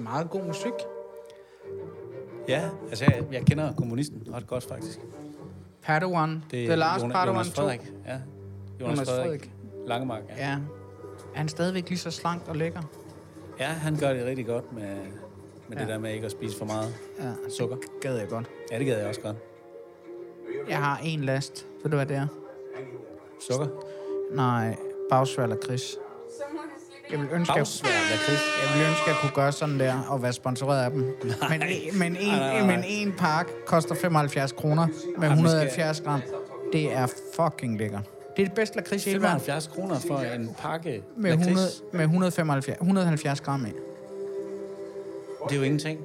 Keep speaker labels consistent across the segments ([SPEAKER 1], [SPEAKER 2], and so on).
[SPEAKER 1] meget god musik.
[SPEAKER 2] Ja, altså jeg, jeg kender komponisten ret godt faktisk.
[SPEAKER 1] Padawan. Det The Last
[SPEAKER 2] Jona-
[SPEAKER 1] Padawan
[SPEAKER 2] Jonas
[SPEAKER 1] 2.
[SPEAKER 2] Frederik. Ja. Jonas,
[SPEAKER 1] Jonas
[SPEAKER 2] Jonas Frederik.
[SPEAKER 1] Frederik.
[SPEAKER 2] Langemark, ja. ja.
[SPEAKER 1] Ja. Er han stadigvæk lige så slank og lækker?
[SPEAKER 2] Ja, han gør det rigtig godt med, med ja.
[SPEAKER 1] Ja.
[SPEAKER 2] det der med ikke at spise for meget
[SPEAKER 1] Ja,
[SPEAKER 2] sukker.
[SPEAKER 1] gad jeg godt.
[SPEAKER 2] Ja, det gad jeg også godt.
[SPEAKER 1] Jeg har en last. Ved du, hvad det er?
[SPEAKER 2] Sukker.
[SPEAKER 1] Nej, bagsvær eller kris. Jeg vil ønske, jeg,
[SPEAKER 2] Bagsvær, lakrids.
[SPEAKER 1] jeg vil ønske, jeg kunne gøre sådan der og være sponsoreret af dem. Men, en- men, en,
[SPEAKER 2] nej, nej.
[SPEAKER 1] men en pakke koster 75 kroner med
[SPEAKER 2] Ej, vi skal-
[SPEAKER 1] 170 gram. Det er fucking lækkert. Det er det bedste lakrids i hele verden.
[SPEAKER 2] 75 kroner for en pakke
[SPEAKER 1] Med, 100, med 175, 170 gram i.
[SPEAKER 2] Det er jo ingenting.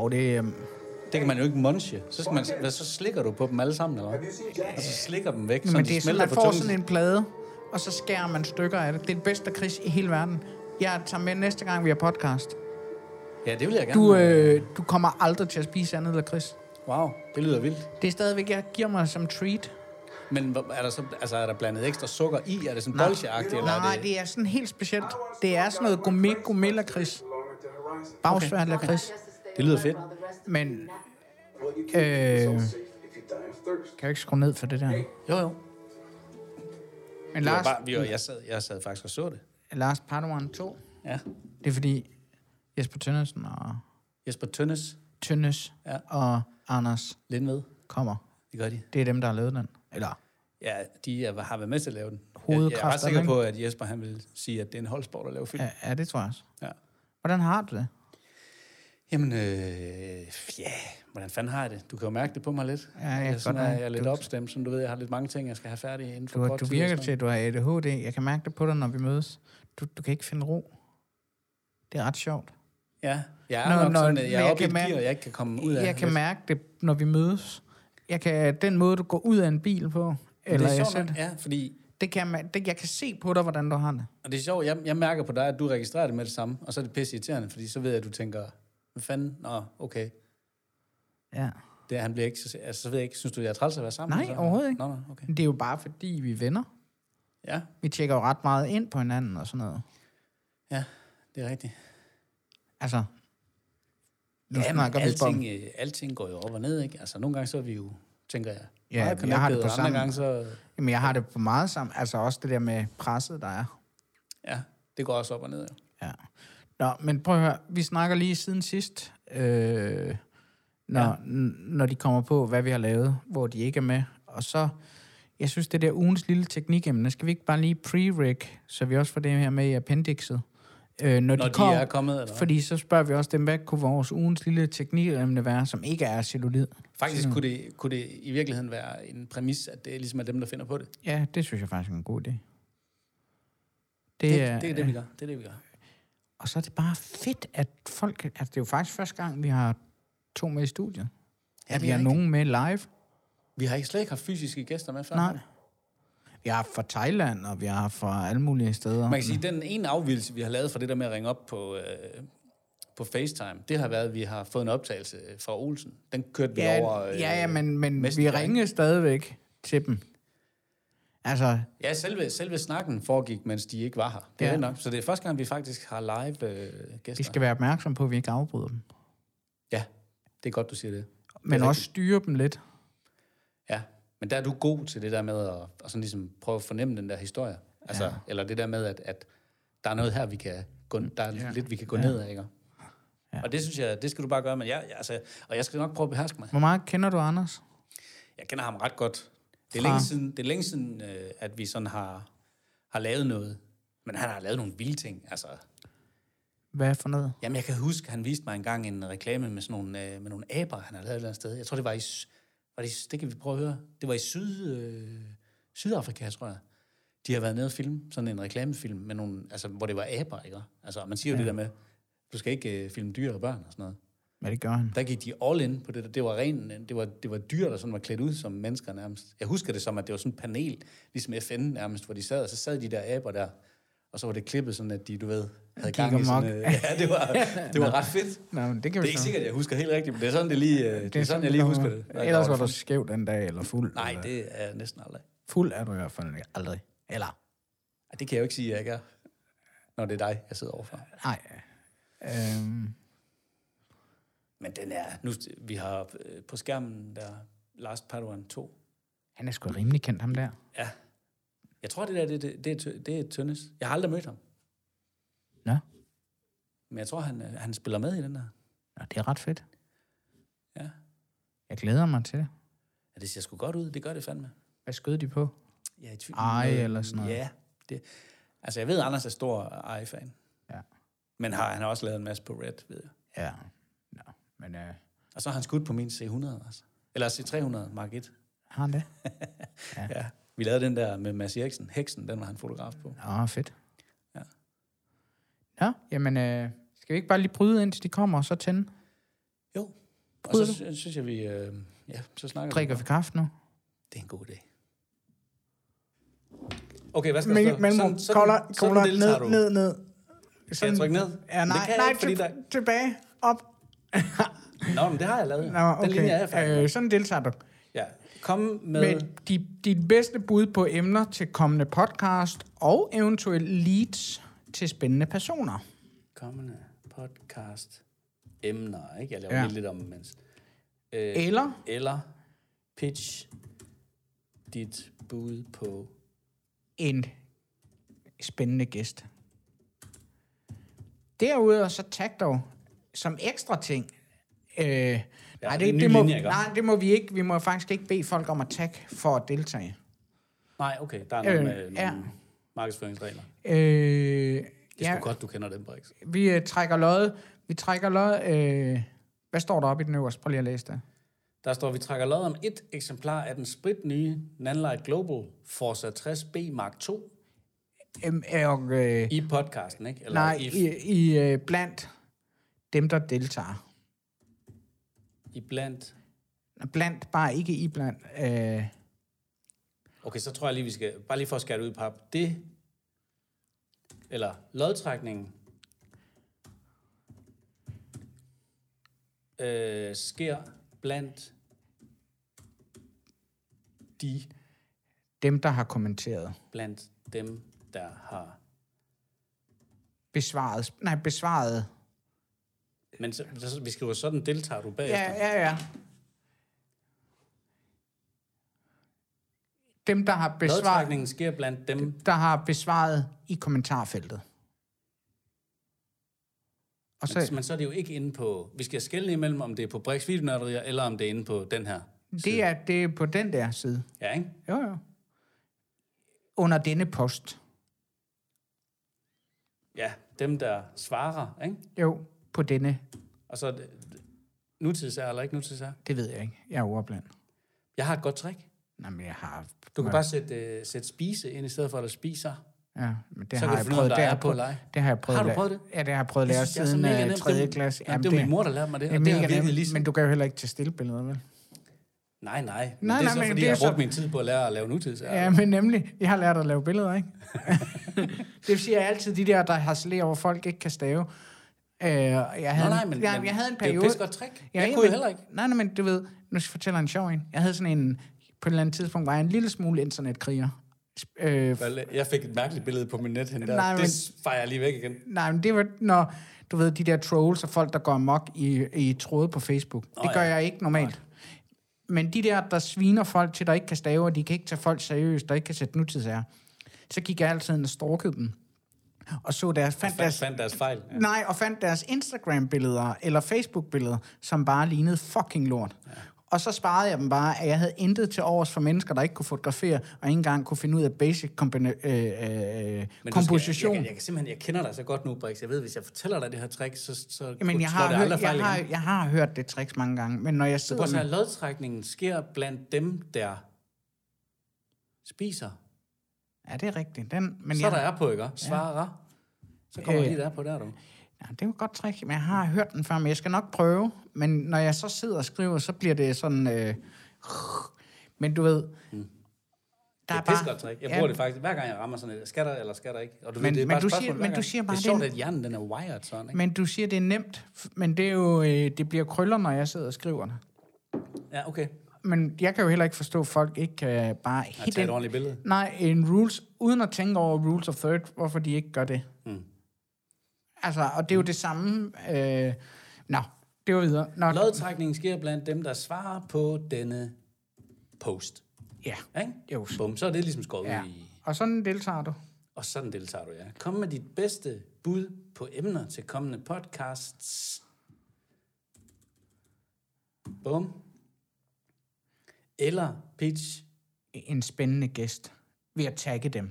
[SPEAKER 1] Jo, det, øhm,
[SPEAKER 2] Det kan man jo ikke munche. Så, skal man, hvad, så slikker du på dem alle sammen, eller hvad? Og så slikker dem væk, så
[SPEAKER 1] men
[SPEAKER 2] de
[SPEAKER 1] det er sådan,
[SPEAKER 2] smelter
[SPEAKER 1] man
[SPEAKER 2] på
[SPEAKER 1] får
[SPEAKER 2] tungen.
[SPEAKER 1] sådan en plade, og så skærer man stykker af det. Det er det bedste lakrids i hele verden. Jeg tager med næste gang, vi har podcast.
[SPEAKER 2] Ja, det vil jeg gerne.
[SPEAKER 1] Du, øh, du kommer aldrig til at spise andet lakrids.
[SPEAKER 2] Wow, det lyder vildt.
[SPEAKER 1] Det er stadigvæk, jeg giver mig som treat.
[SPEAKER 2] Men hvor- er der, så, altså, er der blandet ekstra sukker i? Er det sådan bolsjeagtigt? eller
[SPEAKER 1] Nej,
[SPEAKER 2] er det...
[SPEAKER 1] det er sådan helt specielt. Det er sådan noget gourmet, gourmet lakrids. Bagsvær lakrids.
[SPEAKER 2] Det lyder fedt.
[SPEAKER 1] Men... Øh, kan jeg ikke skrue ned for det der?
[SPEAKER 2] Jo, jo.
[SPEAKER 1] Men
[SPEAKER 2] Vi var
[SPEAKER 1] Lars,
[SPEAKER 2] bare, vi var, jeg, sad, jeg sad faktisk og så det.
[SPEAKER 1] Lars Padawan 2,
[SPEAKER 2] Ja.
[SPEAKER 1] det er fordi Jesper Tønnesen og
[SPEAKER 2] Jesper Tønnes,
[SPEAKER 1] Tønnes
[SPEAKER 2] Ja.
[SPEAKER 1] og Anders
[SPEAKER 2] Lindved,
[SPEAKER 1] kommer.
[SPEAKER 2] det gør de.
[SPEAKER 1] Det er dem, der har lavet den. Eller,
[SPEAKER 2] Ja, de er, har været med til at lave den. Jeg, jeg er ret
[SPEAKER 1] Hovedkræfterne,
[SPEAKER 2] sikker
[SPEAKER 1] ikke?
[SPEAKER 2] på, at Jesper han vil sige, at det er en holdsport at lave film. Ja.
[SPEAKER 1] ja, ja, det tror jeg også.
[SPEAKER 2] ja.
[SPEAKER 1] Hvordan har du det?
[SPEAKER 2] Jamen, øh, ja, hvordan fanden har jeg det? Du kan jo mærke det på mig lidt.
[SPEAKER 1] Ja, jeg kan
[SPEAKER 2] jeg,
[SPEAKER 1] godt
[SPEAKER 2] sådan, er,
[SPEAKER 1] mærke
[SPEAKER 2] jeg er lidt
[SPEAKER 1] det.
[SPEAKER 2] opstemt, som du ved, jeg har lidt mange ting, jeg skal have færdig inden for
[SPEAKER 1] Du, har-
[SPEAKER 2] kort
[SPEAKER 1] du
[SPEAKER 2] tid og
[SPEAKER 1] virker
[SPEAKER 2] sådan
[SPEAKER 1] til, at du har ADHD. Jeg kan mærke det på dig, når vi mødes. Du, du kan ikke finde ro. Det er ret sjovt.
[SPEAKER 2] noget. Ja, jeg er
[SPEAKER 1] Nå,
[SPEAKER 2] nok
[SPEAKER 1] nå,
[SPEAKER 2] sådan,
[SPEAKER 1] men
[SPEAKER 2] at jeg
[SPEAKER 1] jeg
[SPEAKER 2] er oppe i
[SPEAKER 1] kan
[SPEAKER 2] et
[SPEAKER 1] mærke-
[SPEAKER 2] gear, jeg ikke kan komme ud af.
[SPEAKER 1] Jeg kan
[SPEAKER 2] lidt.
[SPEAKER 1] mærke det, når vi mødes. Jeg kan, den måde, du går ud af en bil på,
[SPEAKER 2] Men
[SPEAKER 1] eller
[SPEAKER 2] det er
[SPEAKER 1] jeg
[SPEAKER 2] sjovt,
[SPEAKER 1] selv,
[SPEAKER 2] nok, ja, fordi
[SPEAKER 1] det kan jeg, mær- det, jeg kan se på dig, hvordan du har det.
[SPEAKER 2] Og det er sjovt, jeg, jeg mærker på dig, at du registrerer det med det samme, og så er det pisse irriterende, fordi så ved jeg, at du tænker, hvad fanden, nå, okay,
[SPEAKER 1] Ja.
[SPEAKER 2] det, er- han bliver ikke, så, altså, så ved jeg ikke, synes du, jeg er træls at være sammen?
[SPEAKER 1] Nej,
[SPEAKER 2] med, så?
[SPEAKER 1] overhovedet ikke.
[SPEAKER 2] Nå, nå, okay.
[SPEAKER 1] Men Det er jo bare, fordi vi er venner.
[SPEAKER 2] Ja,
[SPEAKER 1] Vi tjekker jo ret meget ind på hinanden og sådan noget.
[SPEAKER 2] ja, det er rigtigt.
[SPEAKER 1] Altså, nu
[SPEAKER 2] ja,
[SPEAKER 1] snakker vi bare om
[SPEAKER 2] alting, øh, alting går jo op og ned, ikke? Altså, nogle gange så er vi jo, tænker jeg,
[SPEAKER 1] Ja, jeg har
[SPEAKER 2] meget
[SPEAKER 1] det
[SPEAKER 2] connected,
[SPEAKER 1] på
[SPEAKER 2] og andre
[SPEAKER 1] samme-
[SPEAKER 2] gange så,
[SPEAKER 1] Jamen, jeg har det på meget sammen. Altså også det der med presset, der er.
[SPEAKER 2] ja, det går også op og ned, jo.
[SPEAKER 1] Ja. Nå, men prøv at høre. Vi snakker lige siden sidst, øh, når, ja. når de kommer på, hvad vi har lavet, hvor de ikke er med. Og så, jeg synes, det der ugens lille teknikemne, skal vi ikke bare lige pre-rig, så vi også får det her med i appendixet? Øh, når,
[SPEAKER 2] Når de,
[SPEAKER 1] kom,
[SPEAKER 2] er kommet, eller hvad?
[SPEAKER 1] Fordi så spørger vi også dem, hvad kunne vores ugens lille teknikemne være, som ikke er cellulid?
[SPEAKER 2] Faktisk
[SPEAKER 1] Mm.
[SPEAKER 2] kunne det, kunne det i virkeligheden være en præmis, at det ligesom er dem, der finder på det. Det,
[SPEAKER 1] Ja, det synes jeg faktisk er en god idé. Det,
[SPEAKER 2] det er det, vi gør. Det er det, vi gør.
[SPEAKER 1] Og så er det bare fedt, at folk... Altså, det er jo faktisk første gang, vi har to med i studiet. Ja, at
[SPEAKER 2] det
[SPEAKER 1] vi
[SPEAKER 2] er
[SPEAKER 1] har
[SPEAKER 2] rigtigt.
[SPEAKER 1] nogen med live.
[SPEAKER 2] Vi har ikke slet ikke haft fysiske gæster med før.
[SPEAKER 1] Nej. Vi har fra Thailand, og vi har fra alle mulige steder.
[SPEAKER 2] Man kan sige, den ene afvielse, vi har lavet for det der med at ringe op på, øh, på FaceTime, det har været, at vi har fået en optagelse fra Olsen. Den kørte vi
[SPEAKER 1] ja,
[SPEAKER 2] over... Øh,
[SPEAKER 1] ja, ja, men, men vi
[SPEAKER 2] Messenger,
[SPEAKER 1] ringer stadigvæk til dem. Altså,
[SPEAKER 2] Ja, selve, selve snakken foregik, mens de ikke var her. Det er
[SPEAKER 1] Ja.
[SPEAKER 2] ja. nok. Så det er første gang, vi faktisk har live øh, gæster.
[SPEAKER 1] vi skal være opmærksomme på, at vi ikke afbryder dem.
[SPEAKER 2] Ja, det er godt, du siger det.
[SPEAKER 1] Men også styre dem lidt.
[SPEAKER 2] Ja, men der er du god til det der med at, at sådan ligesom prøve at fornemme den der historie. Altså, ja. Eller det der med, at, at der er noget her, vi kan gå, der er ja. lidt, vi kan gå ja. ned af, ikke? Ja. Og det synes jeg, det skal du bare gøre, men jeg, jeg, altså, og jeg skal nok prøve at beherske mig.
[SPEAKER 1] Hvor meget kender du Anders?
[SPEAKER 2] Jeg kender ham ret godt. Det er
[SPEAKER 1] Fra-
[SPEAKER 2] længe siden, det er længe siden øh, at vi sådan har, har lavet noget. Men han har lavet nogle vilde ting. Altså,
[SPEAKER 1] Hvad for noget?
[SPEAKER 2] jamen, jeg kan huske, han viste mig engang en reklame med, sådan nogle, øh, med nogle aber, han har lavet et eller andet sted. Jeg tror, det var i... s- Var det, i s- det kan vi prøve at høre. Det var i syd, øh, Sydafrika, tror jeg. De har været nede og filme sådan en reklamefilm, med nogle, altså, hvor det var aber, ikke? Altså, og man siger jo ja. det der med, du skal ikke øh, filme dyr og børn og sådan noget.
[SPEAKER 1] Hvad det gør han?
[SPEAKER 2] Der gik de all in på det. der. Det var, ren, det var, det var dyr, der sådan var klædt ud som mennesker nærmest. Jeg husker det som, at det var sådan et panel, ligesom FN nærmest, hvor de sad, og så sad de der aber der, og så var det klippet sådan, at de, du ved, havde
[SPEAKER 1] Gik
[SPEAKER 2] gang i sådan...
[SPEAKER 1] amok.
[SPEAKER 2] øh, Ja, det var, det var ret fedt.
[SPEAKER 1] Nå, men det kan
[SPEAKER 2] Det
[SPEAKER 1] vi
[SPEAKER 2] er ikke
[SPEAKER 1] så-
[SPEAKER 2] sikkert, at jeg husker helt rigtigt, men det er sådan, det lige, øh, det er sådan jeg lige husker det.
[SPEAKER 1] Ellers var du skæv den dag, eller fuld.
[SPEAKER 2] Nej,
[SPEAKER 1] eller-
[SPEAKER 2] det er jeg næsten aldrig.
[SPEAKER 1] Fuld er du i hvert fald ikke. aldrig. Eller
[SPEAKER 2] Ej, Det kan jeg jo ikke sige, at jeg ikke er, når det er dig, jeg sidder overfor.
[SPEAKER 1] Nej. Øhm,
[SPEAKER 2] Men den er, nu, vi har øh, på skærmen der Last Padawan 2.
[SPEAKER 1] Han er sgu rimelig kendt, ham der.
[SPEAKER 2] Ja. Jeg tror, det der, det, det, det, er tø- det er Tønnes. Jeg har aldrig mødt ham.
[SPEAKER 1] Nå.
[SPEAKER 2] Men jeg tror, han, øh, han spiller med i den der.
[SPEAKER 1] Nå, det er ret fedt.
[SPEAKER 2] Ja.
[SPEAKER 1] Jeg glæder mig til det.
[SPEAKER 2] ja det ser sgu godt ud. Det gør det fandme.
[SPEAKER 1] Hvad skød de på?
[SPEAKER 2] Jeg er i tvivl.
[SPEAKER 1] Ej,
[SPEAKER 2] Øh,
[SPEAKER 1] eller sådan noget.
[SPEAKER 2] Ja. Det, altså, jeg ved, Anders er stor Ej-fan.
[SPEAKER 1] Ja.
[SPEAKER 2] Men har, han har også lavet en masse på Red, ved jeg.
[SPEAKER 1] Ja. Nå, men øh,
[SPEAKER 2] Og så har han skudt på min C100 også. Eller C300 Mark 1.
[SPEAKER 1] har han det?
[SPEAKER 2] Ja. ja. Vi lavede den der med Mads Eriksen. Heksen, den var han fotograf på.
[SPEAKER 1] Nå, fedt.
[SPEAKER 2] Ja.
[SPEAKER 1] Nå, jamen, øh, skal vi ikke bare lige bryde, indtil de kommer, og så tænde?
[SPEAKER 2] Jo. Og
[SPEAKER 1] Bryder
[SPEAKER 2] så sy- synes jeg, vi... Øh, ja, så snakker
[SPEAKER 1] Drikker vi kaffe nu?
[SPEAKER 2] Det er en god idé. Okay, hvad skal
[SPEAKER 1] Men,
[SPEAKER 2] der stå?
[SPEAKER 1] men
[SPEAKER 2] Sådan- sådan-
[SPEAKER 1] kolder,
[SPEAKER 2] sådan
[SPEAKER 1] kolder,
[SPEAKER 2] deltager
[SPEAKER 1] ned,
[SPEAKER 2] du.
[SPEAKER 1] ned, ned.
[SPEAKER 2] Skal jeg trykke ned?
[SPEAKER 1] Ja, nej,
[SPEAKER 2] det kan
[SPEAKER 1] nej,
[SPEAKER 2] jeg ikke, fordi
[SPEAKER 1] til,
[SPEAKER 2] der...
[SPEAKER 1] tilbage, op.
[SPEAKER 2] Nå, men det har jeg lavet.
[SPEAKER 1] Nå,
[SPEAKER 2] Den linje er jeg faktisk.
[SPEAKER 1] okay. Øh, sådan deltager du.
[SPEAKER 2] Ja. Kom med...
[SPEAKER 1] Med de, dit bedste bud på emner til kommende podcast og eventuelt leads til spændende personer.
[SPEAKER 2] kommende podcast emner, ikke? Jeg laver
[SPEAKER 1] Ja.
[SPEAKER 2] ja. lige lidt om, mens... Øh,
[SPEAKER 1] Eller?
[SPEAKER 2] Eller pitch dit bud på...
[SPEAKER 1] En spændende gæst. Derudover så tag dog som ekstra ting. Øh, nej,
[SPEAKER 2] det er en
[SPEAKER 1] det,
[SPEAKER 2] ny
[SPEAKER 1] det må,
[SPEAKER 2] linje, ikke?
[SPEAKER 1] nej, det må vi ikke. Vi må faktisk ikke bede folk om at tagge for at deltage.
[SPEAKER 2] Nej, okay, der er noget
[SPEAKER 1] Øh,
[SPEAKER 2] øh, med nogle
[SPEAKER 1] ja.
[SPEAKER 2] markedsføringsregler. Det
[SPEAKER 1] Øh,
[SPEAKER 2] er
[SPEAKER 1] ja,
[SPEAKER 2] sgu godt, du kender dem, Brix.
[SPEAKER 1] vi øh, trækker lod. Vi trækker lod. Øh, hvad står der oppe i den øverste? Prøv lige at læse det.
[SPEAKER 2] Der står, vi trækker lod om et eksemplar af den sprit nye Nanlite Global Forza 60B Mark II
[SPEAKER 1] Øhm, og, øh,
[SPEAKER 2] i podcasten, ikke? Eller
[SPEAKER 1] Nej,
[SPEAKER 2] i,
[SPEAKER 1] i, i øh, blandt dem, der deltager.
[SPEAKER 2] i blandt...
[SPEAKER 1] Blandt, bare ikke i blandt. Øh,
[SPEAKER 2] Okay, så tror jeg lige, vi skal... Bare lige for at skære det ud i pap. Det... Eller lodtrækningen... Øh, sker blandt de,
[SPEAKER 1] dem, der har kommenteret.
[SPEAKER 2] blandt dem, der har...
[SPEAKER 1] Besvaret. sp- Nej, besvaret.
[SPEAKER 2] Men så, så, vi skriver sådan, deltager du bagefter.
[SPEAKER 1] Ja, ja, ja. Dem, der har besvaret,
[SPEAKER 2] Lodtrækningen sker blandt dem,
[SPEAKER 1] der har besvaret i kommentarfeltet. Og
[SPEAKER 2] men,
[SPEAKER 1] så,
[SPEAKER 2] men så er det jo ikke inde på... Vi skal skille imellem, om det er på Brix Videonørderier, eller om det er inde på den her.
[SPEAKER 1] det er, det er på den der side.
[SPEAKER 2] Ja, ikke?
[SPEAKER 1] Jo, jo. Under denne post.
[SPEAKER 2] Ja, dem, der svarer, ikke?
[SPEAKER 1] Jo, på denne.
[SPEAKER 2] Og så er det- nutidsær eller ikke nutidsær.
[SPEAKER 1] Det ved jeg ikke. Jeg er ordblind.
[SPEAKER 2] Jeg har et godt trick.
[SPEAKER 1] Nej, men jeg har...
[SPEAKER 2] Du kan bare sætte, uh, sætte spise ind i stedet for, at der spiser.
[SPEAKER 1] Ja, men det
[SPEAKER 2] Så
[SPEAKER 1] har
[SPEAKER 2] kan
[SPEAKER 1] jeg
[SPEAKER 2] du finde ud af,
[SPEAKER 1] prøvet.
[SPEAKER 2] om
[SPEAKER 1] Det
[SPEAKER 2] der
[SPEAKER 1] har
[SPEAKER 2] er
[SPEAKER 1] jeg
[SPEAKER 2] på
[SPEAKER 1] prøvet. Det har jeg prøvet.
[SPEAKER 2] eller ej. Har du
[SPEAKER 1] at lære-
[SPEAKER 2] prøvet det?
[SPEAKER 1] Ja, det har jeg prøvet at
[SPEAKER 2] Jeg
[SPEAKER 1] lære
[SPEAKER 2] synes, det er så
[SPEAKER 1] siden
[SPEAKER 2] mega
[SPEAKER 1] øh,
[SPEAKER 2] nemt.
[SPEAKER 1] tredje
[SPEAKER 2] Det-
[SPEAKER 1] klasse.
[SPEAKER 2] Jamen, det var min mor, der lærte mig det,
[SPEAKER 1] Det er
[SPEAKER 2] og det har
[SPEAKER 1] mega
[SPEAKER 2] virkelig
[SPEAKER 1] nemt,
[SPEAKER 2] lige-
[SPEAKER 1] men du kan jo ligesom- heller ikke tage stillbilleder, vel?
[SPEAKER 2] Nej, nej. Men
[SPEAKER 1] Nej,
[SPEAKER 2] det er
[SPEAKER 1] nej,
[SPEAKER 2] så,
[SPEAKER 1] men
[SPEAKER 2] fordi
[SPEAKER 1] det
[SPEAKER 2] jeg
[SPEAKER 1] er
[SPEAKER 2] har brugt
[SPEAKER 1] så-
[SPEAKER 2] min tid på at lære at lave nutidsær.
[SPEAKER 1] Ja, men nemlig. Jeg har lært at lave billeder, ikke? det vil sige, at altid de der, der harcelerer over, folk ikke kan stave. Øh, jeg havde,
[SPEAKER 2] Nå,
[SPEAKER 1] en-
[SPEAKER 2] nej, men,
[SPEAKER 1] jeg,
[SPEAKER 2] men
[SPEAKER 1] jeg havde en
[SPEAKER 2] Det er
[SPEAKER 1] periode...
[SPEAKER 2] jo et pissegodt trick.
[SPEAKER 1] Ja,
[SPEAKER 2] jeg kunne
[SPEAKER 1] men-
[SPEAKER 2] heller ikke.
[SPEAKER 1] Nej, nej, men du ved, nu fortæller jeg en sjov en. Jeg havde sådan en, på et eller andet tidspunkt var jeg en lille smule internetkriger. Sp- Øh,
[SPEAKER 2] Jeg fik et mærkeligt billede på min net hen der.
[SPEAKER 1] Nej,
[SPEAKER 2] Nej, men...
[SPEAKER 1] men-
[SPEAKER 2] Det fejrer jeg lige væk igen.
[SPEAKER 1] Nej, men det var, når du ved, de der trolls og folk, der går amok i, i tråde på Facebook. Oh, det gør
[SPEAKER 2] ja.
[SPEAKER 1] jeg ikke normalt. Men de der, der sviner folk til, der ikke kan stave, og de kan ikke tage folk seriøst, der ikke kan sætte nutidsager, så gik jeg altid ind og stalkede dem. Og så deres, fandt
[SPEAKER 2] Fandt,
[SPEAKER 1] deres,
[SPEAKER 2] fandt deres fejl. Ja.
[SPEAKER 1] nej, og fandt deres Instagram-billeder eller Facebook-billeder, som bare lignede fucking lort. Og så sparede jeg dem bare, at jeg havde intet til overs for mennesker, der ikke kunne fotografere, og ikke engang kunne finde ud af basic kombina- øh, øh,
[SPEAKER 2] Men du skal-
[SPEAKER 1] komposition.
[SPEAKER 2] Jeg, jeg, jeg, kan simpelthen, jeg kender dig så godt nu, Brix. Jeg ved, hvis jeg fortæller dig det her trick, så, så
[SPEAKER 1] Jamen, jeg
[SPEAKER 2] slår
[SPEAKER 1] har,
[SPEAKER 2] det
[SPEAKER 1] hørt,
[SPEAKER 2] aldrig
[SPEAKER 1] jeg,
[SPEAKER 2] fejl igen.
[SPEAKER 1] har, jeg har hørt det tricks mange gange, men når jeg
[SPEAKER 2] Så prøv
[SPEAKER 1] sidder
[SPEAKER 2] at se her,
[SPEAKER 1] med...
[SPEAKER 2] lodtrækningen sker blandt dem, der spiser.
[SPEAKER 1] Ja, det er rigtigt. Den, men
[SPEAKER 2] Så
[SPEAKER 1] jeg,
[SPEAKER 2] der er på, ikke? Svarer. Så kommer
[SPEAKER 1] Øh.
[SPEAKER 2] øh. lige der på der, du.
[SPEAKER 1] ja, det er jo et godt trick, men jeg har hørt den før, men jeg skal nok prøve. Men når jeg så sidder og skriver, så bliver det sådan... Øh, men du ved... Der
[SPEAKER 2] Det Mm. er
[SPEAKER 1] er
[SPEAKER 2] et pissegodt
[SPEAKER 1] bare,
[SPEAKER 2] trick. Jeg bruger det faktisk, hver gang jeg rammer sådan et, skal der eller skal der ikke? Og du
[SPEAKER 1] Men-
[SPEAKER 2] ved, det er
[SPEAKER 1] men
[SPEAKER 2] bare et
[SPEAKER 1] du siger-
[SPEAKER 2] spørgsmål
[SPEAKER 1] men
[SPEAKER 2] hver
[SPEAKER 1] du
[SPEAKER 2] gang.
[SPEAKER 1] siger bare,
[SPEAKER 2] Det er sjovt,
[SPEAKER 1] det er
[SPEAKER 2] at hjernen den er wired sådan, ikke?
[SPEAKER 1] men du siger, det er nemt, f- men det er jo... Øh, det bliver krøller, når jeg sidder og skriver det. Mm.
[SPEAKER 2] Ja, okay.
[SPEAKER 1] Men jeg kan jo heller ikke forstå, at folk ikke kan bare...
[SPEAKER 2] Jeg tager et ordentligt billede.
[SPEAKER 1] Nej, en rules, uden at tænke over rules of third, hvorfor de ikke gør det.
[SPEAKER 2] Mm.
[SPEAKER 1] Altså, og det er jo det samme... Øh, nå, det var videre. Nå,
[SPEAKER 2] Lodtrækningen sker blandt dem, der svarer på denne post.
[SPEAKER 1] ja.
[SPEAKER 2] Ikke?
[SPEAKER 1] Jo.
[SPEAKER 2] Bum, så er det ligesom skåret
[SPEAKER 1] ja.
[SPEAKER 2] ud i.
[SPEAKER 1] Og sådan deltager du.
[SPEAKER 2] Og sådan deltager du, ja. Kom med dit bedste bud på emner til kommende podcasts. Bum. Eller pitch.
[SPEAKER 1] En spændende gæst ved at tagge dem.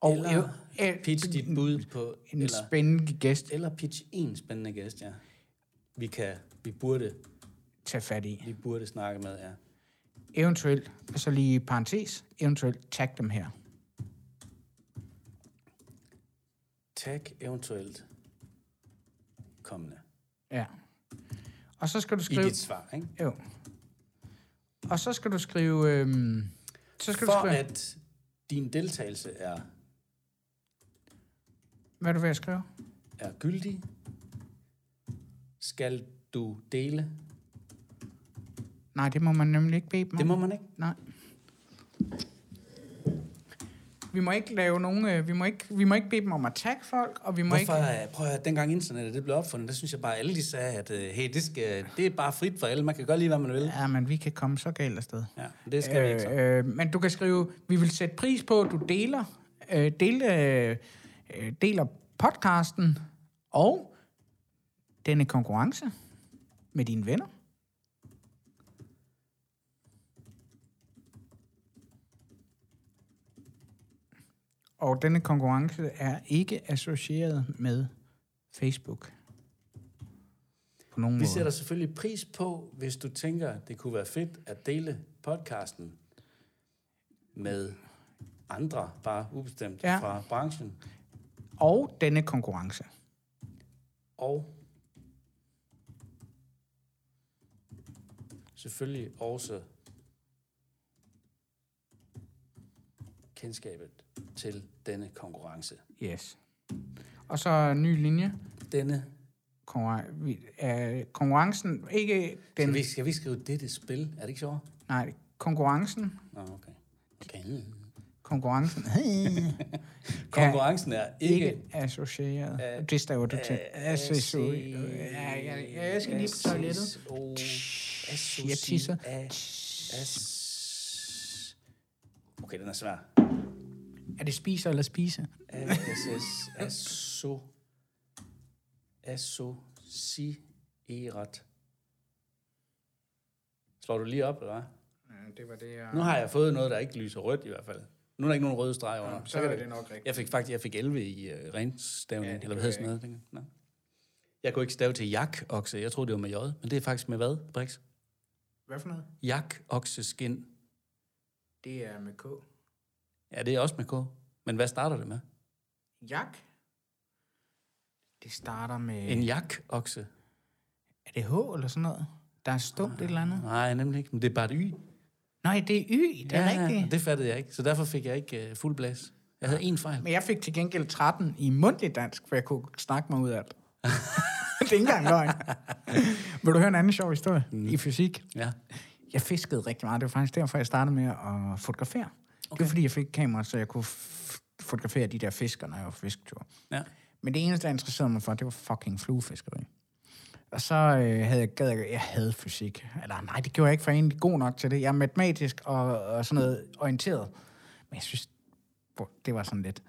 [SPEAKER 1] Og
[SPEAKER 2] Eller
[SPEAKER 1] øh,
[SPEAKER 2] Pitch dit bud på...
[SPEAKER 1] en
[SPEAKER 2] Eller,
[SPEAKER 1] spændende gæst
[SPEAKER 2] eller pitch en spændende gæst, ja. Vi kan... Vi burde...
[SPEAKER 1] tage fat i.
[SPEAKER 2] Vi burde snakke med, ja.
[SPEAKER 1] Eventuelt, og så lige i parentes, eventuelt tag dem her.
[SPEAKER 2] Tag eventuelt kommende.
[SPEAKER 1] Ja. Og så skal du
[SPEAKER 2] I
[SPEAKER 1] skrive...
[SPEAKER 2] dit svar, ikke?
[SPEAKER 1] Jo. Og så skal du skrive... Øhm, så skal du
[SPEAKER 2] For
[SPEAKER 1] skrive...
[SPEAKER 2] at din deltagelse er,
[SPEAKER 1] Hvad er du ved at skrive?
[SPEAKER 2] er gyldig, skal du dele.
[SPEAKER 1] Nej, det må man nemlig ikke bede dem
[SPEAKER 2] Det
[SPEAKER 1] om.
[SPEAKER 2] må man ikke.
[SPEAKER 1] Nej. Vi må ikke lave nogen... Øh, vi, må ikke, vi må ikke bede dem om at tagge folk, og vi må
[SPEAKER 2] Hvorfor,
[SPEAKER 1] ikke...
[SPEAKER 2] øh, prøv at høre, dengang internettet det blev opfundet, der synes jeg bare, at alle de sagde, at øh, hey, det, skal, det er bare frit for alle. Man kan gøre lige, hvad man vil.
[SPEAKER 1] Ja, men vi kan komme så galt afsted.
[SPEAKER 2] Ja, det skal øh, vi ikke så.
[SPEAKER 1] Øh, øh, men du kan skrive, vi vil sætte pris på, at du deler, øh, delte, øh, deler podcasten og denne konkurrence med dine venner. Og denne konkurrence er ikke associeret med Facebook. På nogen
[SPEAKER 2] Vi
[SPEAKER 1] måde.
[SPEAKER 2] sætter selvfølgelig pris på, hvis du tænker, det kunne være fedt at dele podcasten med andre, bare ubestemt
[SPEAKER 1] Ja.
[SPEAKER 2] ja. fra branchen.
[SPEAKER 1] Og denne konkurrence.
[SPEAKER 2] Og selvfølgelig også kendskabet til denne konkurrence.
[SPEAKER 1] Yes. Og så ny linje.
[SPEAKER 2] Denne,
[SPEAKER 1] Konkurren- vi- øh, konkurrencen, ikke
[SPEAKER 2] den. Skal,
[SPEAKER 1] den...
[SPEAKER 2] vi, skal vi skrive dette spil? Er det ikke sjovt?
[SPEAKER 1] Nej, konkurrencen.
[SPEAKER 2] Nå, okay. okay.
[SPEAKER 1] Konkurrencen.
[SPEAKER 2] Konkurrencen er ikke, E
[SPEAKER 1] ikke associeret. det staver du til. Associeret. Ja, ja, ja, jeg skal lige på toilettet.
[SPEAKER 2] E.
[SPEAKER 1] Jeg tisser.
[SPEAKER 2] As... E. Okay, den er svær.
[SPEAKER 1] Er det spiser eller spise?
[SPEAKER 2] ASS asso associeret. Slår du lige op, eller hvad?
[SPEAKER 1] Det var det,
[SPEAKER 2] Nu
[SPEAKER 1] jeg...
[SPEAKER 2] har jeg fået noget, der ikke lyser rødt i hvert fald. Nu er der ikke nogen røde streger under. Så kan det.
[SPEAKER 1] nok rigtigt.
[SPEAKER 2] Jeg fik faktisk jeg fik 11 i uh, renstavning,
[SPEAKER 1] Ja,
[SPEAKER 2] ja,
[SPEAKER 1] det
[SPEAKER 2] eller hvad
[SPEAKER 1] gør
[SPEAKER 2] hedder sådan noget. dengang. Nå. Jeg kunne ikke stave til jak-okse. Jeg troede, det var med j, men det er faktisk med hvad, Brix?
[SPEAKER 1] Hvad for noget?
[SPEAKER 2] Jak-okseskind.
[SPEAKER 1] Det er med K.
[SPEAKER 2] Ja, det er også med k. Men hvad starter det med?
[SPEAKER 1] Jak. Det starter med...
[SPEAKER 2] En jak-okse?
[SPEAKER 1] Er det H eller sådan noget? Der er stumt et eller andet.
[SPEAKER 2] Nej, nemlig ikke. Men det er bare et y.
[SPEAKER 1] Nej, det er Y. Det er ja, rigtigt.
[SPEAKER 2] og det fattede jeg ikke, så derfor fik jeg ikke uh, fuld blæs. Jeg havde en fejl.
[SPEAKER 1] Men jeg fik til gengæld 13 i mundtlig dansk, for jeg kunne snakke mig ud af det. det er ikke engang løgn. Vil du høre en anden sjov historie mm. i fysik?
[SPEAKER 2] Ja.
[SPEAKER 1] Jeg fiskede rigtig meget. Det var faktisk derfor, jeg startede med at fotografere. Okay. Det var fordi, jeg fik kamera, så jeg kunne f- fotografere de der fisker, når jeg var på fisketur.
[SPEAKER 2] ja.
[SPEAKER 1] Men det eneste, jeg interesserede mig for, det var fucking fluefiskeri. Og så øh, havde jeg, gad jeg, jeg havde fysik. Eller nej, det gjorde jeg ikke, for jeg er egentlig god nok til det. Jeg er matematisk og, og sådan noget orienteret. Men jeg synes, hvor- det var sådan lidt...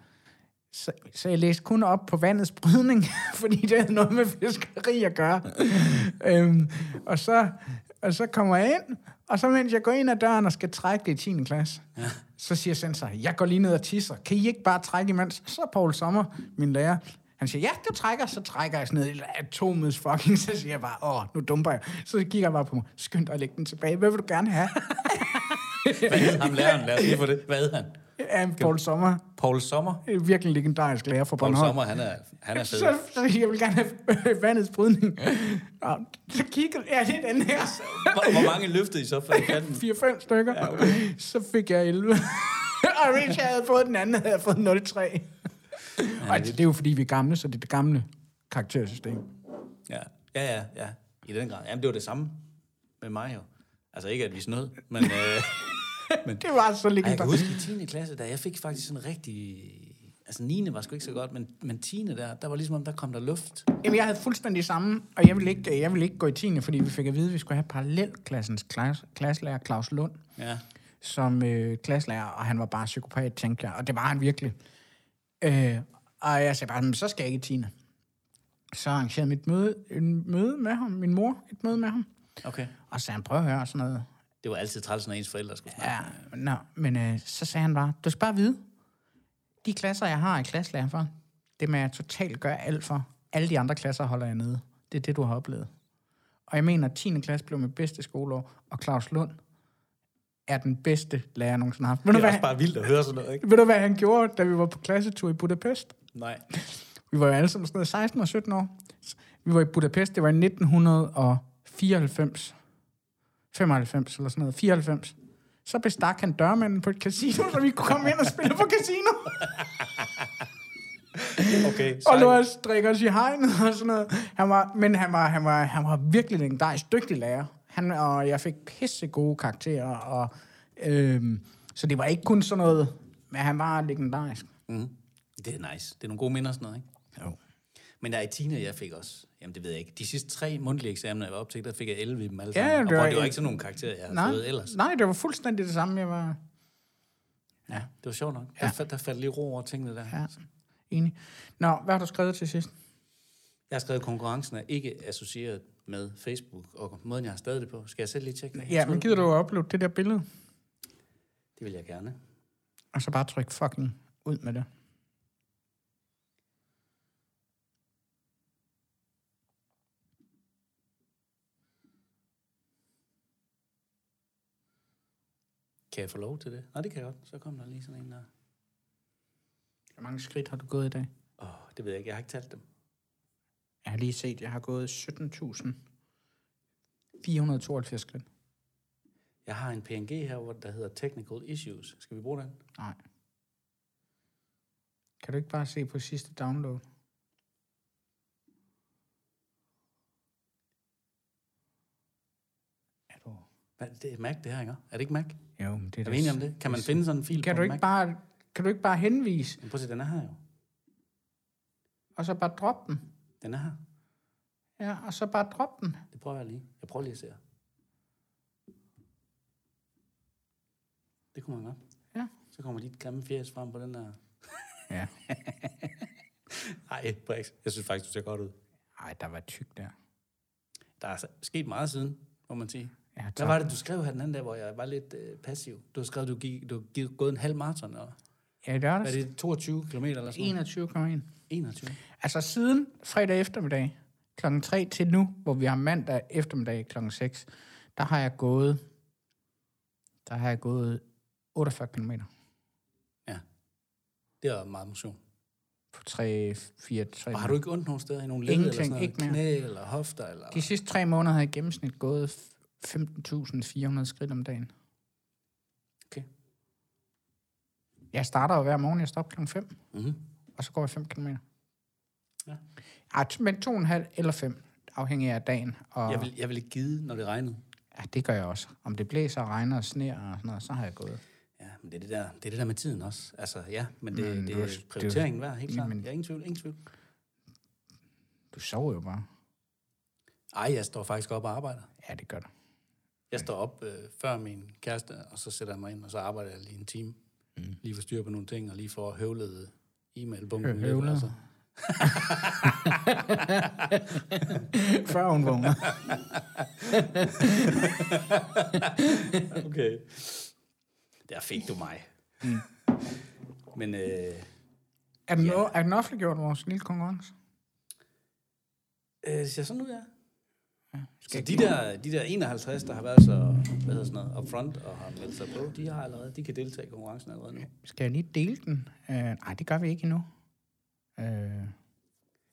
[SPEAKER 1] Så, så jeg læste kun op på vandets brydning, fordi det havde noget med fiskeri at gøre. øhm, og, så, og så kommer jeg ind, og så mens jeg går ind ad døren og skal trække det i 10. klasse, ja. så siger sensor, jeg går lige ned og tisser. Kan I ikke bare trække imens? Så er Poul Sommer, min lærer, han siger, ja, du trækker, så trækker jeg sådan ned i atomets fucking, så siger jeg bare, åh, nu dumper jeg. Så kigger jeg bare på mig, skynd dig at lægge den tilbage, hvad vil du gerne have?
[SPEAKER 2] Hvad hed ham læreren? Lad os lige få det. Hvad hed han?
[SPEAKER 1] Ja, Poul Sommer,
[SPEAKER 2] Paul Sommer.
[SPEAKER 1] en virkelig legendarisk lærer fra
[SPEAKER 2] Paul
[SPEAKER 1] Bornholm.
[SPEAKER 2] Sommer, han er, han er fed.
[SPEAKER 1] Så, så jeg vil gerne have vandets brydning. Og så kigger jeg lidt den her.
[SPEAKER 2] Hvor, hvor mange løftede I så for fanden?
[SPEAKER 1] 4-5 stykker. Ja, okay. Så fik jeg 11. og hvis jeg havde fået den anden, havde jeg fået 0-3. Og det, det er jo fordi, vi er gamle, så det er det gamle karaktersystem.
[SPEAKER 2] Ja. ja, ja, ja. I den grad. Jamen, det var det samme med mig jo. Altså ikke, at vi snød, men... Øh, men
[SPEAKER 1] Det var altså så
[SPEAKER 2] Ej, jeg kan
[SPEAKER 1] legendarisk.
[SPEAKER 2] huske i 10. klasse, da jeg fik faktisk sådan en rigtig altså 9. var sgu ikke så godt, men, men 10. der, der var ligesom om, der kom der luft.
[SPEAKER 1] Jamen, jeg havde fuldstændig samme, og jeg ville ikke, jeg ville ikke gå i 10. fordi vi fik at vide, at vi skulle have parallelklassens klas, klasselærer Claus Lund
[SPEAKER 2] Ja.
[SPEAKER 1] som øh, klasselærer, og han var bare psykopat, tænkte jeg, og det var han virkelig. Øh, og jeg sagde bare, "Men så skal jeg ikke i 10. Så arrangerede mit møde, en møde med ham, min mor, et møde med ham,
[SPEAKER 2] Okay.
[SPEAKER 1] og så sagde han, prøv at høre og sådan noget.
[SPEAKER 2] Det var altid træls, når ens forældre skulle snakke.
[SPEAKER 1] Ja, nå, men øh, så sagde han bare, du skal bare vide, de klasser, jeg har i klasselærer for, det med, jeg totalt gør alt for, alle de andre klasser holder jeg nede. Det er det, du har oplevet. Og jeg mener, at 10. klasse blev mit bedste skoleår, og Claus Lund er den bedste lærer, jeg nogensinde har haft. Ved du,
[SPEAKER 2] Det
[SPEAKER 1] hvad,
[SPEAKER 2] er også bare vildt at høre sådan noget, ikke?
[SPEAKER 1] ved du, hvad han gjorde, da vi var på klassetur i Budapest?
[SPEAKER 2] Nej.
[SPEAKER 1] Vi var jo alle sammen sådan noget 16 og 17 år. Vi var i Budapest, det var i 1994. 95 eller sådan noget, 94. Så bestak han dørmanden på et casino, så vi kunne komme ind og spille på casino.
[SPEAKER 2] Okay,
[SPEAKER 1] og lå os drikke os i hegnet og sådan noget. Han var, men han var, han var, han var virkelig en dejs dygtig lærer. Han, og jeg fik pisse gode karakterer. Og, øhm, så det var ikke kun sådan noget, men han var legendarisk.
[SPEAKER 2] Mm. Det er nice. Det er nogle gode minder og sådan noget, ikke?
[SPEAKER 1] Jo.
[SPEAKER 2] Men der i 10. jeg fik også, jamen det ved jeg ikke, de sidste tre mundtlige eksamener, jeg var op til, der fik jeg 11 i dem alle
[SPEAKER 1] Ja,
[SPEAKER 2] sammen.
[SPEAKER 1] ja,
[SPEAKER 2] og
[SPEAKER 1] det
[SPEAKER 2] prøv,
[SPEAKER 1] var-
[SPEAKER 2] det var ikke sådan nogle karakterer, jeg havde
[SPEAKER 1] Nej,
[SPEAKER 2] fået ellers.
[SPEAKER 1] nej, det var fuldstændig det samme. Jeg var
[SPEAKER 2] Ja, det var sjovt nok. Ja. Der, fa- der faldt lige ro over tingene der.
[SPEAKER 1] ja, enig. Nå, hvad har du skrevet til sidst?
[SPEAKER 2] Jeg har skrevet, at konkurrencen er ikke associeret med Facebook, og måden, jeg har stadig det på. Skal jeg selv lige tjekke det?
[SPEAKER 1] Ja, men gider du at uploade det der billede?
[SPEAKER 2] Det vil jeg gerne.
[SPEAKER 1] Og så bare tryk fucking ud med det.
[SPEAKER 2] Kan jeg få lov til det? Nej, det kan jeg godt. Så kom der lige sådan en der.
[SPEAKER 1] Hvor mange skridt har du gået i dag?
[SPEAKER 2] Åh, det ved jeg ikke. Jeg har ikke talt dem.
[SPEAKER 1] Jeg har lige set, jeg har gået 17.482 skridt.
[SPEAKER 2] Jeg har en PNG her, hvor der hedder Technical Issues. Skal vi bruge den?
[SPEAKER 1] Nej. Kan du ikke bare se på sidste download? Er du...
[SPEAKER 2] Hvad, det er Mac, det her, ikke? Er det ikke Mac?
[SPEAKER 1] Jo, men det
[SPEAKER 2] Er vi enige om det? Kan man finde sådan en fil
[SPEAKER 1] Kan
[SPEAKER 2] på
[SPEAKER 1] du
[SPEAKER 2] en
[SPEAKER 1] ikke
[SPEAKER 2] Mac?
[SPEAKER 1] bare, kan du ikke bare henvise,
[SPEAKER 2] Bare... Prøv at se, den er her jo.
[SPEAKER 1] og så bare droppe den?
[SPEAKER 2] Den er her.
[SPEAKER 1] Ja, og så bare droppe den.
[SPEAKER 2] Det prøver jeg lige. Jeg prøver lige at se her. Det kunne man godt.
[SPEAKER 1] Ja.
[SPEAKER 2] Så kommer dit grimme fjæs frem på den der...
[SPEAKER 1] Ja.
[SPEAKER 2] Nej, Brix. Jeg synes faktisk, du ser godt ud.
[SPEAKER 1] Ej, der var tyk der.
[SPEAKER 2] Der er altså sket meget siden, må man sige.
[SPEAKER 1] Ja,
[SPEAKER 2] Hvad var det, du skrev her den anden dag, hvor jeg var lidt øh, passiv? Du har skrevet, du gik, du har givet- gået en halv maraton, eller
[SPEAKER 1] Ja, i
[SPEAKER 2] hvad
[SPEAKER 1] lørdags.
[SPEAKER 2] er det, 22 km eller sådan noget?
[SPEAKER 1] 21,1.
[SPEAKER 2] 21.
[SPEAKER 1] Altså siden fredag eftermiddag kl. 3 til nu, hvor vi har mandag eftermiddag kl. 6, der har jeg gået, der har jeg gået 48 km
[SPEAKER 2] Det er meget motion.
[SPEAKER 1] på 3, 4, 3
[SPEAKER 2] Og har du ikke ondt nogen steder i nogle led eller
[SPEAKER 1] Ingenting,
[SPEAKER 2] sådan noget?
[SPEAKER 1] ikke mere.
[SPEAKER 2] Knæ eller hofter? Eller...
[SPEAKER 1] De sidste tre måneder har jeg i gennemsnit gået f- 15.400 skridt om dagen.
[SPEAKER 2] Okay.
[SPEAKER 1] Jeg starter jo hver morgen, jeg stopper kl. 5,
[SPEAKER 2] Mm-hmm.
[SPEAKER 1] og så går jeg 5 km.
[SPEAKER 2] Ja.
[SPEAKER 1] Ej, t- men 2,5 eller 5, afhængig af dagen. Og
[SPEAKER 2] Jeg, vil, jeg vil ikke gide, når det regnede.
[SPEAKER 1] ja, det gør jeg også. Om det blæser, regner og sner og sådan noget, så har jeg gået.
[SPEAKER 2] Ja, men det er det der, det, er det der med tiden også. Altså, ja, men det,
[SPEAKER 1] Men
[SPEAKER 2] men, det
[SPEAKER 1] nu er
[SPEAKER 2] er
[SPEAKER 1] det-
[SPEAKER 2] prioriteringen værd, helt
[SPEAKER 1] Men-
[SPEAKER 2] klart.
[SPEAKER 1] men-
[SPEAKER 2] Ja, ingen tvivl, ingen tvivl.
[SPEAKER 1] Du sover jo bare.
[SPEAKER 2] Ej, jeg står faktisk op og arbejder.
[SPEAKER 1] Ja, det gør du.
[SPEAKER 2] Jeg står op øh, før min kæreste, og så sætter jeg mig ind, og så arbejder jeg lige en time. Mm. Lige for styr på nogle ting, og lige for høvlet e-mailbunken. lidt,
[SPEAKER 1] Høvlet.
[SPEAKER 2] altså.
[SPEAKER 1] Før hun vågner.
[SPEAKER 2] Okay. Der fik du mig. Mm. Men øh,
[SPEAKER 1] Er den, yeah. er den offentliggjort, vores lille konkurrence?
[SPEAKER 2] øh, ser sådan ud, ja. Så
[SPEAKER 1] jeg
[SPEAKER 2] de der, de der 51, der har været så hvad hedder sådan noget, up front og har meldt sig på, de har allerede, de kan deltage i konkurrencen allerede nu.
[SPEAKER 1] Skal jeg lige dele den? Øh, nej, det gør vi ikke endnu. Øh,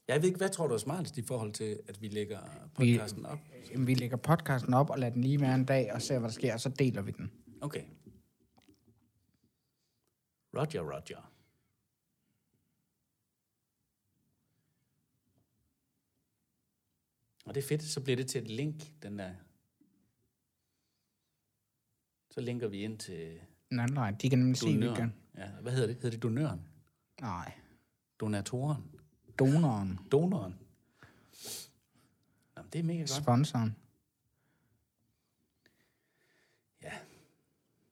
[SPEAKER 2] Jeg ved ikke, hvad tror du er smartest i forhold til, at vi lægger podcasten op?
[SPEAKER 1] jamen, vi lægger podcasten op og lader den lige være en dag og ser, hvad der sker, og så deler vi den.
[SPEAKER 2] Okay. Roger, Roger. Og det er fedt, så bliver det til et link, den der. Så linker vi ind til
[SPEAKER 1] Nej, nej, de kan nemlig se, vi
[SPEAKER 2] donøren.
[SPEAKER 1] kan.
[SPEAKER 2] Ja, hvad hedder det? Hedder det donøren?
[SPEAKER 1] Nej,
[SPEAKER 2] Donatoren.
[SPEAKER 1] Donoren.
[SPEAKER 2] Donoren. Jamen, det er mega godt.
[SPEAKER 1] Sponsoren.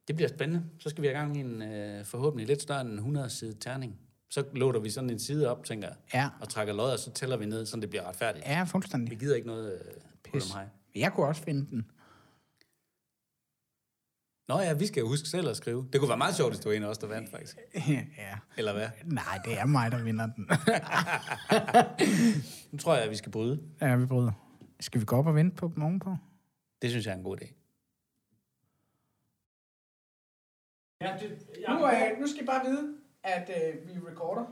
[SPEAKER 2] Det bliver spændende. Så skal vi i gang i en øh, forhåbentlig lidt større end en 100-side terning. Så låter vi sådan en side op, tænker jeg,
[SPEAKER 1] Ja.
[SPEAKER 2] og trækker lodder, og så tæller vi ned, så det bliver retfærdigt.
[SPEAKER 1] Ja,
[SPEAKER 2] Vi
[SPEAKER 1] fuldstændig.
[SPEAKER 2] gider ikke noget øh, på dem
[SPEAKER 1] Pis.
[SPEAKER 2] her.
[SPEAKER 1] Jeg kunne også finde den.
[SPEAKER 2] Nå ja, vi skal jo huske selv at skrive. Det kunne være meget sjovt, hvis du var en af os, der vandt, faktisk.
[SPEAKER 1] ja.
[SPEAKER 2] Eller hvad?
[SPEAKER 1] Nej, det er mig, der vinder den.
[SPEAKER 2] Nu tror jeg, at vi skal bryde.
[SPEAKER 1] ja, vi bryder. Skal vi gå op og vente på dem ovenpå?
[SPEAKER 2] Det synes jeg er en god idé.
[SPEAKER 3] Ja, det,
[SPEAKER 1] Nu,
[SPEAKER 3] ja,
[SPEAKER 1] øh, nu skal I bare vide, at øh, vi recorder,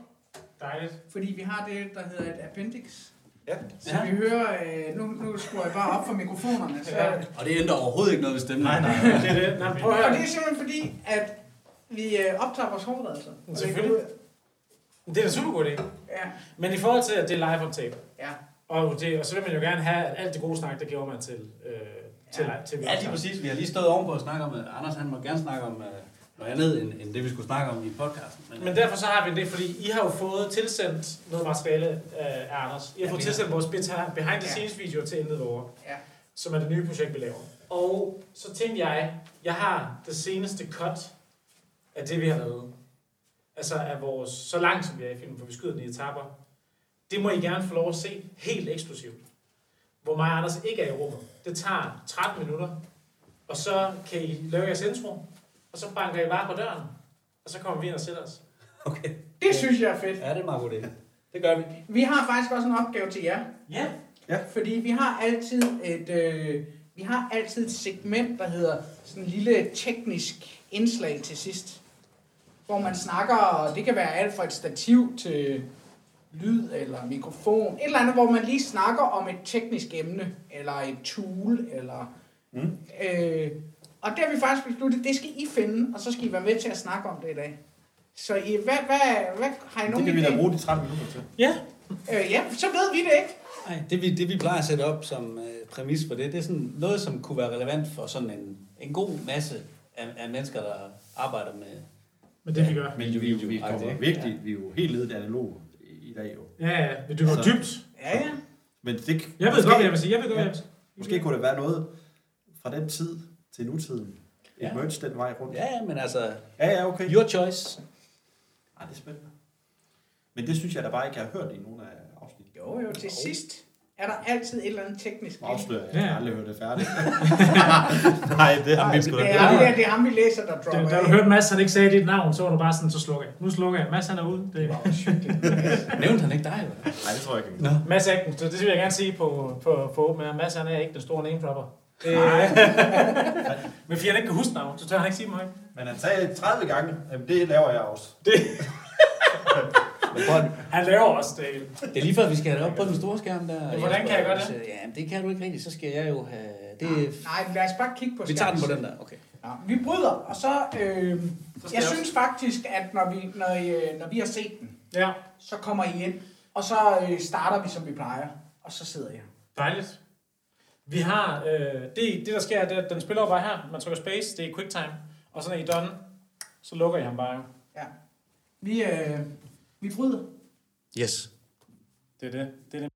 [SPEAKER 3] dejligt.
[SPEAKER 1] fordi vi har det, der hedder et appendix.
[SPEAKER 2] Ja.
[SPEAKER 1] Så vi hører, øh, nu, nu skruer jeg bare op for mikrofonerne. Så,
[SPEAKER 3] Ja.
[SPEAKER 2] Og det ændrer overhovedet ikke noget ved stemningen.
[SPEAKER 3] Nej, nej, det er det. Nej, vi,
[SPEAKER 1] Og, og det er simpelthen fordi, at vi øh, optager vores forberedelser. Og det-
[SPEAKER 3] Selvfølgelig. det er en super god idé.
[SPEAKER 1] Ja,
[SPEAKER 3] Men i forhold til, at det er live on tape,
[SPEAKER 1] ja.
[SPEAKER 3] og, det, og så vil man jo gerne have, at alt det gode snak, der gjorde man til, øh, til, live, til vi
[SPEAKER 2] Ja, lige
[SPEAKER 3] optager.
[SPEAKER 2] præcis. Vi har lige stået ovenpå og snakket om, at Anders han må gerne snakke om øh, noget andet, end, end det vi skulle snakke om i podcasten. Men, øh,
[SPEAKER 3] Men derfor så har vi det, fordi I har jo fået tilsendt noget materiale øh, af Anders. I har
[SPEAKER 1] Ja,
[SPEAKER 3] fået
[SPEAKER 1] vi
[SPEAKER 3] tilsendt vores beta- behind the
[SPEAKER 1] Ja.
[SPEAKER 3] scenes video til Intet Vore.
[SPEAKER 1] Ja.
[SPEAKER 3] som er det nye projekt, vi laver. Og så tænkte jeg, jeg har det seneste cut af det, vi har lavet. Altså af vores, så langt som vi er i filmen, for vi skyder den i etapper. Det må I gerne få lov at se helt eksklusivt. Hvor mig og Anders ikke er i rummet. Det tager 13 minutter. Og så kan I lave jeres intro, og så banker I bare på døren. Og så kommer vi ind og sætter os.
[SPEAKER 2] okay.
[SPEAKER 1] Det synes jeg er fedt.
[SPEAKER 2] Ja, det er en meget god idé. Det gør vi.
[SPEAKER 1] Vi har faktisk også en opgave til jer,
[SPEAKER 3] Ja.
[SPEAKER 1] fordi vi har altid et, øh, vi har altid et segment, der hedder sådan en lille teknisk indslag til sidst, hvor man snakker, og det kan være alt fra et stativ til lyd eller mikrofon, et eller andet, hvor man lige snakker om et teknisk emne, eller et tool, eller... Mm. Øh, og det har vi faktisk besluttet, det skal I finde, og så skal I være med til at snakke om det i dag. Så I, hvad, hvad, hvad har I nogen idé?
[SPEAKER 4] bruge de 13 minutter til.
[SPEAKER 3] Ja.
[SPEAKER 1] Øh, ja, så ved vi det ikke.
[SPEAKER 2] Ej, det, vi, det vi plejer at sætte op som øh, præmis for det, det er sådan noget, som kunne være relevant for sådan en, en god masse af, af mennesker, der arbejder med...
[SPEAKER 3] Men det vi gør.
[SPEAKER 4] Men jo, vi, vi, vi
[SPEAKER 2] Ej, det er
[SPEAKER 4] kommer
[SPEAKER 2] ikke-
[SPEAKER 4] virkelig, vi er jo helt ledet analog i i dag jo.
[SPEAKER 3] Ja, ja. Vi dykker
[SPEAKER 4] Så-
[SPEAKER 3] dybt.
[SPEAKER 1] Ja, ja.
[SPEAKER 4] Men det, kan-
[SPEAKER 3] Jeg ved
[SPEAKER 4] måske,
[SPEAKER 3] godt, hvad jeg vil sige. Jeg ved godt, hvad
[SPEAKER 4] Ja.
[SPEAKER 3] jeg vil sige.
[SPEAKER 4] Måske kunne det være noget fra den tid til nutiden. Et
[SPEAKER 2] Ja.
[SPEAKER 4] ja. merge den vej rundt. Ja,
[SPEAKER 2] Ja, ja, men altså,
[SPEAKER 4] ja, ja okay.
[SPEAKER 2] your choice.
[SPEAKER 4] Ej, det er spændende. Men det synes jeg da bare ikke, jeg har hørt i nogen af afsnit.
[SPEAKER 1] Jo, jo, til sidst er der altid et eller andet teknisk.
[SPEAKER 4] Nu afslører jeg, at
[SPEAKER 3] Ja.
[SPEAKER 4] jeg har aldrig hørt det færdigt. Nej, det har vi sgu da
[SPEAKER 1] det,
[SPEAKER 4] ikke.
[SPEAKER 1] er, det, er, det er ham, vi læser, der
[SPEAKER 3] Da,
[SPEAKER 1] dropper
[SPEAKER 3] da du
[SPEAKER 1] af.
[SPEAKER 3] hørte Mads, han ikke sagde dit navn, så var du bare sådan, så slukker jeg. Nu slukker jeg. Mads, han er ude. Det...
[SPEAKER 2] Nævnte han ikke dig, eller?
[SPEAKER 4] Nej, det tror jeg ikke.
[SPEAKER 2] Nå.
[SPEAKER 3] Mads er ikke, den- så det vil jeg gerne sige på, på, på åben her. Mads, han er ikke den store name dropper. Det... Men fordi han ikke kan huske navn, så tør han ikke sige mig.
[SPEAKER 4] Men han sagde 30 gange, jamen det laver jeg også.
[SPEAKER 2] Men prøv, at-
[SPEAKER 3] Han laver også det hele.
[SPEAKER 2] Det er lige før, vi skal have det op på den store skærm der.
[SPEAKER 3] Men hvordan kan jeg gøre det?
[SPEAKER 2] Hvis, øh, Ja, men det kan du ikke rigtigt. Så skal jeg jo have... Det, er-
[SPEAKER 1] Nej, lad os bare kigge
[SPEAKER 3] Ah.
[SPEAKER 1] på
[SPEAKER 2] vi tager den
[SPEAKER 1] skærmen.
[SPEAKER 2] på den der. Okay.
[SPEAKER 1] Ja, vi bryder, og så... Øh,
[SPEAKER 3] skal
[SPEAKER 1] jeg
[SPEAKER 3] jeg-
[SPEAKER 1] synes faktisk, at når vi, når, I, øh, når vi har set den,
[SPEAKER 3] Ja,
[SPEAKER 1] så kommer I ind, og så øh, starter vi, som vi plejer, og så sidder jeg.
[SPEAKER 3] dejligt. Vi har, øh, det, det der sker, det er, at den spiller jo bare her. Man trykker space, det er quicktime. Og så når I er done, så lukker I ham bare.
[SPEAKER 1] Ja. Vi, øh, vi bryder.
[SPEAKER 2] Yes.
[SPEAKER 3] Det er det. Det er det,